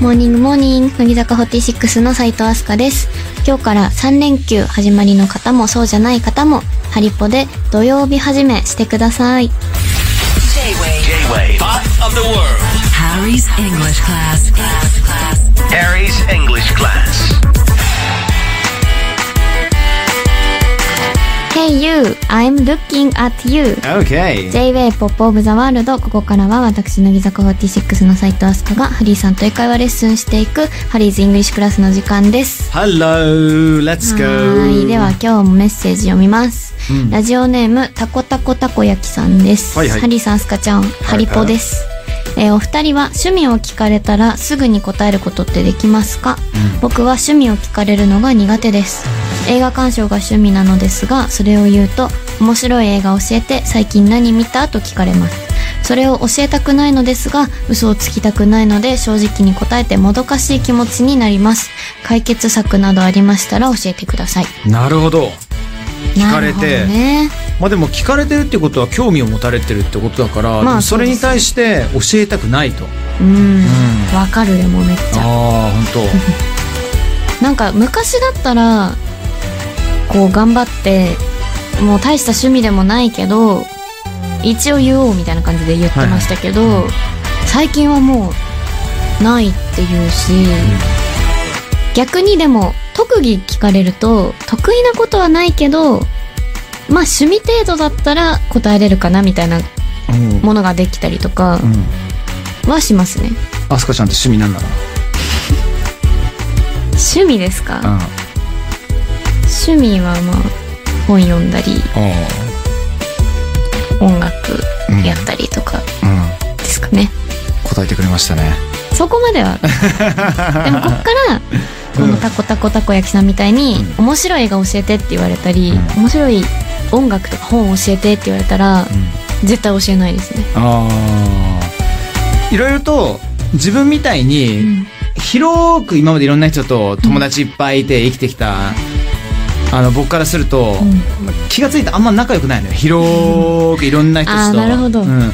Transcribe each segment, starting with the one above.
モーニングモーニング乃木坂46の斉藤飛鳥です今日から3連休始まりの方もそうじゃない方もハリポで土曜日始めしてください J-Wave. Top of the world. Harry's English class. class, class. Harry's English class. Hey you I'm looking at you Okay. J-Way Pop of the World ここからは私乃木坂46の斉藤飛鳥がハリーさんと英会話レッスンしていくハリーズイングリッシュクラスの時間です Hello. Let's はい go. では今日もメッセージ読みます、ラジオネームたこたこたこ焼きさんです、はいはいハリーさんすかちゃん、ハリポです、えーお二人は趣味を聞かれたらすぐに答えることってできますか、僕は趣味を聞かれるのが苦手です映画鑑賞が趣味なのですがそれを言うと面白い映画教えて最近何見たと聞かれますそれを教えたくないのですが嘘をつきたくないので正直に答えてもどかしい気持ちになります解決策などありましたら教えてくださいなるほど。聞かれなるてほどねまあでも聞かれてるってことは興味を持たれてるってことだから、まあでもそれにそう対して教えたくないと。うんわかるでもめっちゃああ本なんか昔だったらこう頑張ってもう大した趣味でもないけど一応言おうみたいな感じで言ってましたけど、最近はもうないっていうし、逆にでも特技聞かれると得意なことはないけどまあ趣味程度だったら答えれるかなみたいな当。うん。うん。ものができたりとかはしますね。アスカちゃんって趣味なんだか趣味ですか、ら。うん。あ趣味はまあ本読んだりあ。音楽やったりとかうん。ですかね、答えてくれましたね。そこまで はでもこっからこのタコタコタコ焼きさんみたいに、面白い映画教えてって言われたり、うん面白い音楽とか本教えてって言われたら、絶対教えないですねああ。いろいろと自分みたいに、広く今までいろんな人と友達いっぱいいて生きてきた、あの僕からすると、気がついてあんま仲良くないのよ広くいろんな人たちと、あーなるほどうん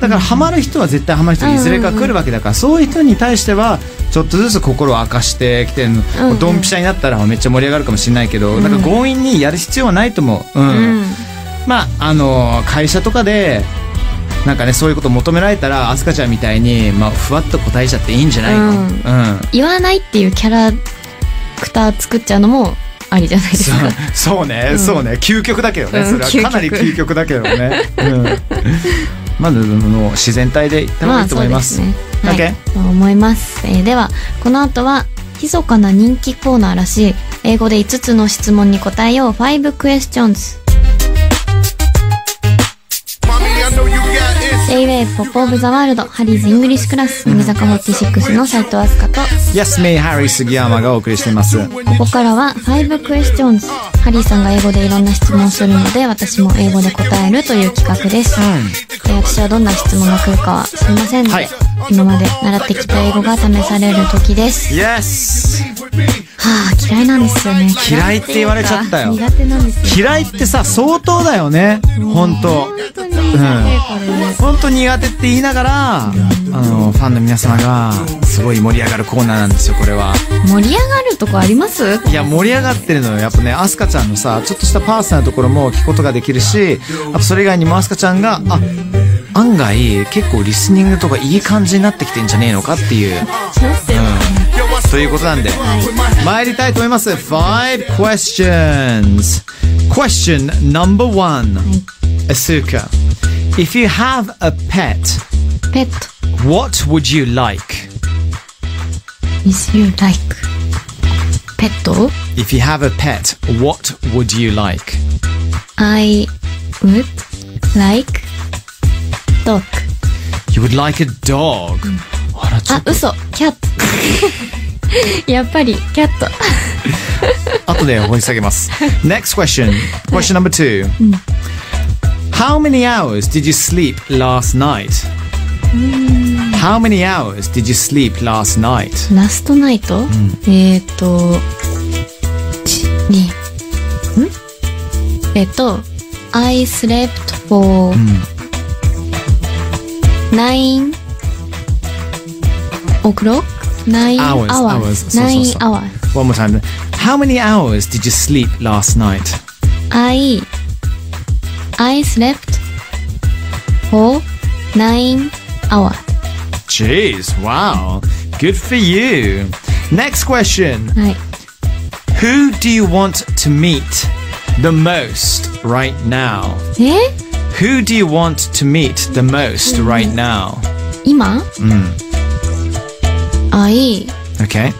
だからハマる人は絶対ハマる人にいずれか来るわけだから、そういう人に対してはちょっとずつ心を明かしてきてるの、うんうんドンピシャになったらめっちゃ盛り上がるかもしれないけど、なんか強引にやる必要はないと思う、ううんん、まああの会社とかでなんかねそういうこと求められたらアスカちゃんみたいに、まあ、ふわっと答えちゃっていいんじゃないの、うんうん、言わないっていうキャラクター作っちゃうのもありじゃないですそかう そうね、そうね究極だけどね、うんそれはかなり究究極だけどね、うん、まあでも自然体でいった方がいいと思います,、まあそうですね、はい、と思います、えーではこの後は密かな人気コーナーらしい英語で5つの質問に答えよう5 questions J-Way Pop of the World ハリーズイングリッシュクラス乃木坂46の斉藤飛鳥と Yes, me, Harry 杉山がお送りしていますここからは5 questions ハリーさんが英語でいろんな質問をするので私も英語で答えるという企画です、えー私はどんな質問が来るかは知りませんので、はい今まで習ってきた英語が試される時です、 Yes はあ嫌いなんですよね嫌いって言われちゃったよ苦手なんですよ嫌いってさ相当だよね本当本当に苦手こ本当苦手って言いながらあのファンの皆様がすごい盛り上がるコーナーなんですよこれはれ盛り上がるとこありますいや盛り上がってるのよやっぱねアスカちゃんのさちょっとしたパーソナルなところも聞くことができるしあとそれ以外にもアスカちゃんがあ案外結構リスニングとかいい感じになってきてんじゃねえのかっていう、うん、ということなんで参りたいと思います5 questions question number one アスカ if you have a pet ペット what would you like is you like ペット if you have a pet what would you like I would like dog You would like a dog. あら、ちょあっ、と、嘘、キャット。 やっぱり、キャット。後で掘り下げます。Next question. Question number two. Hmm. How many hours did you sleep last night? Hmm. How many hours did you sleep last night? ラストナイト、えっ、ー、と、ちに、んえっ、と、I slept for nine o'clock nine Hours, hours. hours. そうそう Nine そう hours. One more time. How many hours did you sleep last night? I I slept for nine hours. Jeez, wow. Good for you. Next question. はい。 Who do you want to meet the most right now? え Who do you want to meet the most Hmm. right now? 今うん。I Okay.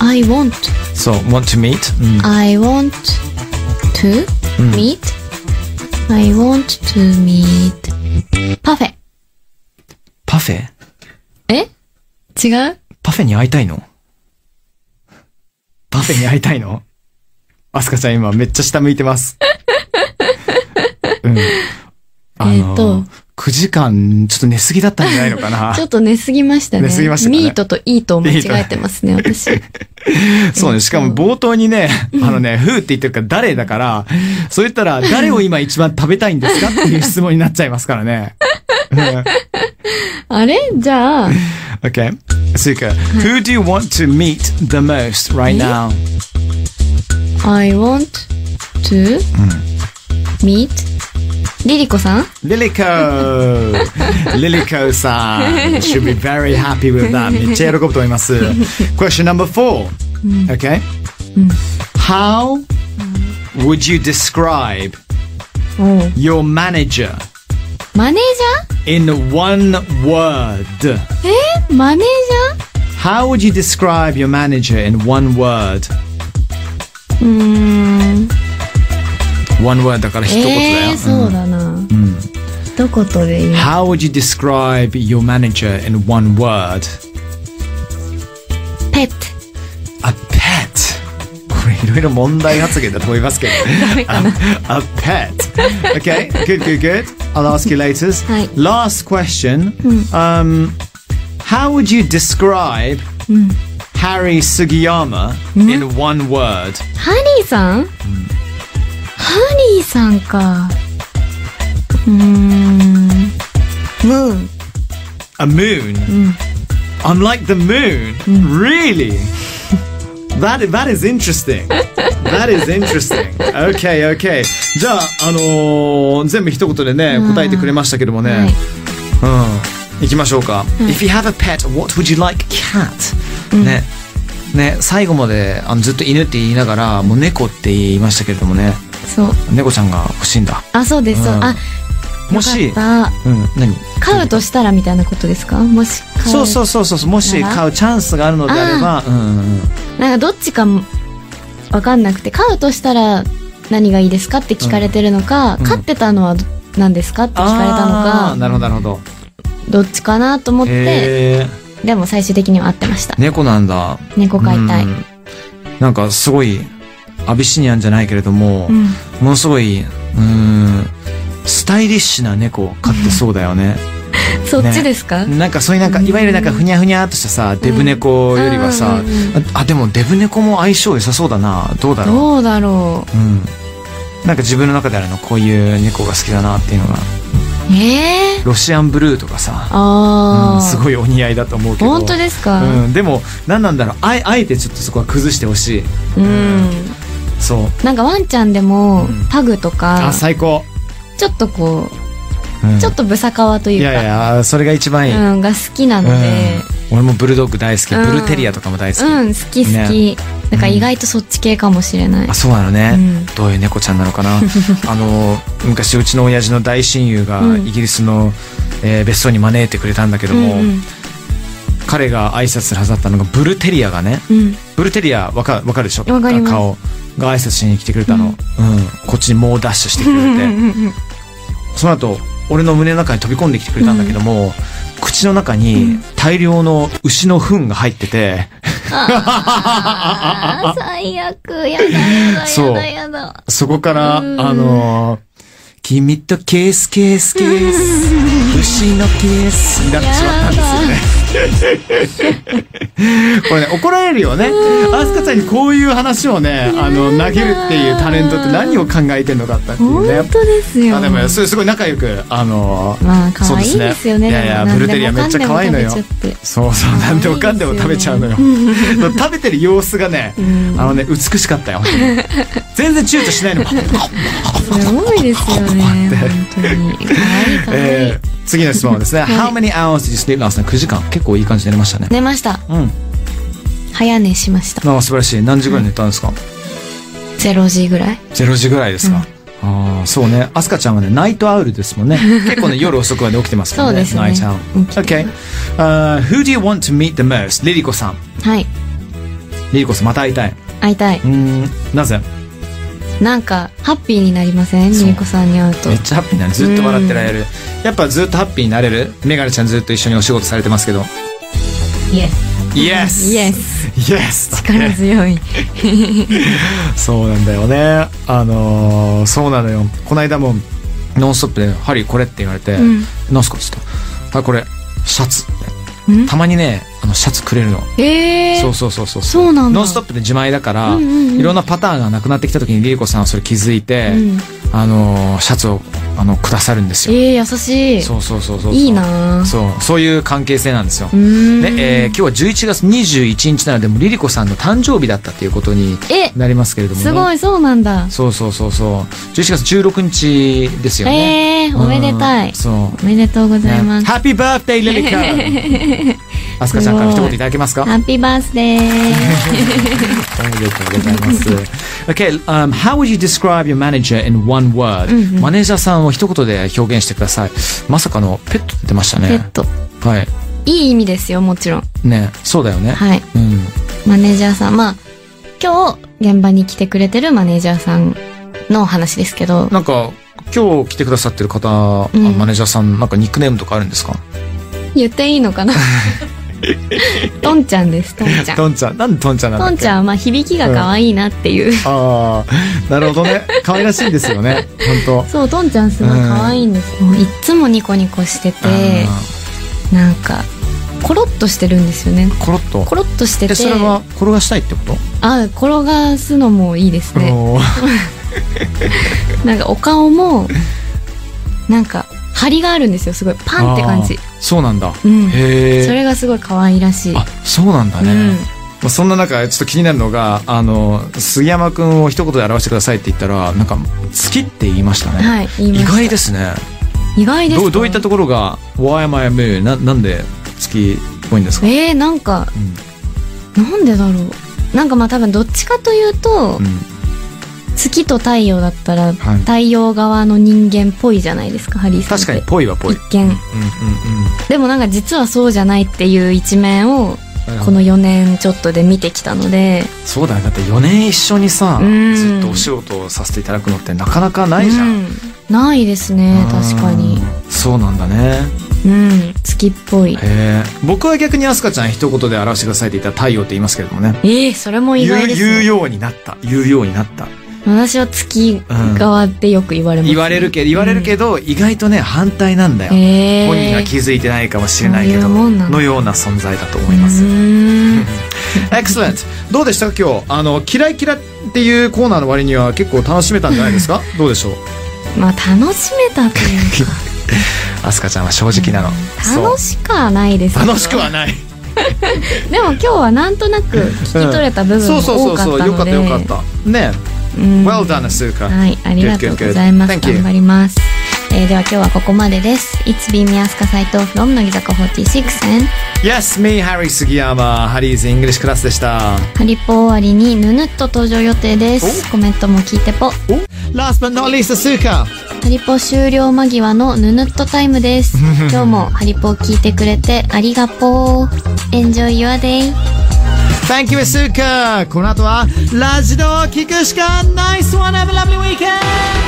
I want So, want to meet? I want to meet、I want to meet パフェ。パフェえ違うパフェに会いたいのパフェに会いたいのアスカちゃん今めっちゃ下向いてます。うん。あえーとの、9時間ちょっと寝すぎだったんじゃないのかな ちょっと寝すぎましたね。寝すぎましたかねミートとイートを間違えてますね、私。そうね。しかも冒頭にね、あのね、ふーって言ってるから誰だから、そう言ったら誰を今一番食べたいんですかっていう質問になっちゃいますからね。あれじゃあ、 Okay. Asuka, who do you want to meet the most right now? I want to meet リリコさん Lilico! Lilico san should be very happy with that. めっちゃ喜ぶと思います。Question number four. Mm. Okay. How would you describe your manager マネー in one word? ジャーえマネージ How would you describe your manager in one ャ word? ーうーん。 One word だから一言だ Mm. えよ。ー、そうだな。一言で言う。 How would you describe your manager in one word? ペット。 A pet. これいろいろ問題発言だと思いますけど。a, a pet. Okay, good, good, good. I'll ask you later. はい Last question. Um, how would you describe Hmm. Harry Sugiyama in one word? ハリーさん、ハリーさんか。うーん。ムーン。 A moon. I'm like the moon. Really? That, that is interesting. That is interesting. Okay, okay. じゃあ、あのー全部一言でね、答えてくれましたけどもね。うん。行きましょうか。If you have a pet, what would you like cat?、ね。ね、最後まであのずっと犬って言いながら、もう猫って言いましたけれどもね。そう。猫ちゃんが欲しいんだ。あ、そうです。そううんあ、もしよ、かっうん、何た。飼うとしたらみたいなことですかもし飼う。そうそうそうそうもし買うチャンスがあるのであればうんうんうんなんかどっちかもわかんなくて、飼うとしたら何がいいですかって聞かれてるのか、飼ってたのは何ですかって聞かれたあーのか、なるほどなるほどどっちかなと思って、へえでも最終的には合ってました。猫なんだ猫飼いたい。うんなんかすごいアビシニアンじゃないけれども、うんものすごいうんスタイリッシュな猫を飼ってそうだよね、そっちですか、なんかそういうなんかいわゆるなんかふにゃふにゃっとしたさデブ猫よりはさ、うんうんうんああでもデブ猫も相性良さそうだなどうだろうどうだろう。うん、なんか自分の中であるのこういう猫が好きだなっていうのがええー。ロシアンブルーとかさああ、うんすごいお似合いだと思うけど本当ですかうん、でも何なんだろうあえあえてちょっとそこは崩してほしいうん。そうなんかワンちゃんでもうん、パグとあか、最高、ちょっとこうんう、ちょっとブサカワといういか、やいやそれが一番いい、うん、が好きなのうんで、俺もブルドッグ大好き、うんブルテリアとかも大好き、うん、好き好き。だから意外とそっち系かもしれないあ。そうなのね、うんどういう猫ちゃんなの かなあの昔うちの親父の大親友がうんイギリスの、えー別荘に招いてくれたんだけどうんも、うん彼が挨拶するはずだったのがブルテリアがね、うん。ブルテリアわかわかるでしょわかります顔が挨拶しに来てくれたの、うんこっちに猛ダッシュしてくれてその後俺の胸の中に飛び込んできてくれたんだけども、口の中に大量の牛の糞が入ってて、あー最悪。やだやだそやうだやだ。そこから、うんあのー君とケースケースケース、牛のケースになってしまったんですよね。これね、怒られるよね。アスカちゃんにこういう話をね、あの、投げるっていうタレントって何を考えてんのかったっていうね。本当ですよあでもそれすごい仲良くあのーまあ可愛いそうですよねいやいやでもブルテリアめっちゃ可愛いのよ何でもかんでも食べちゃって可愛いですよねそうそうなんでもかんでも食べちゃうのよ食べてる様子がねあのね美しかったよ全然躊躇しないのすごいですよ ね本当に可愛い可愛いえー次の質問はですね How many hours did you sleep last night? 9時間結構いい感じになりましたね寝ましたうん早寝しましたまあ素晴らしい何時ぐらい寝たんですか0時ぐらい0時ぐらいですかああそうねアスカちゃんはねナイトアウルですも んね結構ね夜遅くまで起きてますからねそうナでイすトねアウル起きて OK、uh, Who do you want to meet the most? リリコさんはいリリコさんまた会いたい会いたいうーんなぜなんかハッピーになりませんそうニコさんに会うとめっちゃハッピーになるずっと笑ってられるやっぱずっとハッピーになれるメガネちゃんずっと一緒にお仕事されてますけどイエスイエスイエスイエス力強いそうなんだよねあのーそうなのよこの間も「ノンストップ!」で「ハリーこれ」って言われてん「何すか?」っつったらあこれシャツ」たまにねあのシャツくれるのええそうー、そうそうそうそうなんだノンストップ!」で自前だから、うんうんうんいろんなパターンがなくなってきた時にリリコさんはそれ気づいて、うんあのーシャツをあのくださるんですよえー、優しいそうそうそうそうそういいなぁそうそういう関係性なんですようーんで、えー今日は11月21日なのでもうリリコさんの誕生日だったということにえなりますけれどもねすごいそうなんだそうそうそうそう11月16日ですよねええー、おめでたうんいそうおめでとうございます、ハッピーバースデーリリコ アスカちゃんから一言いただけますかハッピーバース デーおめでとうございます Okay、um, how would you describe your manager in one word?、マネージャーさんを一言で表現してくださいまさかのペットって出ましたねペットはいいい意味ですよもちろんねそうだよねはいうんマネージャーさんまあ今日現場に来てくれてるマネージャーさんの話ですけどなんか今日来てくださってる方、あうんマネージャーさんなんかニックネームとかあるんですか言っていいの かなトンちゃんですトンちゃんンちゃんなんでトンちゃんなトンちゃんはまあ響きが可愛いなっていう、ああなるほどね可愛らしいですよね本そうトンちゃんすごい可愛いんです、もういっつもニコニコして当てなんかコロッとしてるんですよねコロッとコロッとしててえそれは転がしたいってことあ転がすのもいいですねおーなんかお顔 もなんか張りがあるんですよすごいパンって感じあーそうなんだ、うんへえそれがすごい可愛らしいあそうなんだね、うんまあそんな中ちょっと気になるのがあの杉山くんを一言で表してくださいって言ったらなんか「好き」って言いましたね、はい言いま意した外ですね意外ですどかうどういったところが「Why am I a moon」ななんで月っぽいんですか、えー、なんか、なんでだろうなんかまあ多分どっちかというと、うん月と太陽だったら、はい太陽側の人間っぽいじゃないですかハリーさんって確かに「ぽい」は「ぽい」一見うんうんうんでもなんか実はそうじゃないっていう一面をなるほどこの4年ちょっとで見てきたのでそうだよだって4年一緒にさうんずっとお仕事をさせていただくのってなかなかないじゃん、うんないですね確かにうんそうなんだねうん月っぽいへえ僕は逆にアスカちゃん一言で表してくださいって言ったら太陽って言いますけれどもねえー、それも意言う外です、言うようになった言うようになった私は月側ってよく言われます、言われるけど言われるけど、意外とね反対なんだよ、へー本人は気づいてないかもしれないけどそういうもんなんだのような存在だと思いますうーん Excellent どうでしたか今日あの「キライキラ」っていうコーナーの割には結構楽しめたんじゃないですかどうでしょうまあ楽しめたというか アスカちゃんは正直なの、そう楽しくはないですけど楽しくはないでも今日はなんとなく聞き取れた部分 そもうそうそ多うかそっうたよのかったでよかったねうん Well done アスカはいありがとうございます Good, good, good. Thank you. 頑張りますえーでは今日はここまでです「It's be me アスカ斎藤 from 乃木坂46 and Yes me Harry 杉山ハリーズイングリッシュクラスでしたハリポ終わりにぬぬっと登場予定ですコメントも聞いてぽ Last but not least アスカハリポ終了間際のぬぬっとタイム です今日もハリポを聞いてくれてありがとう Enjoy your day Thank you アスカこの後はラジオを聞くしかない So have a lovely weekend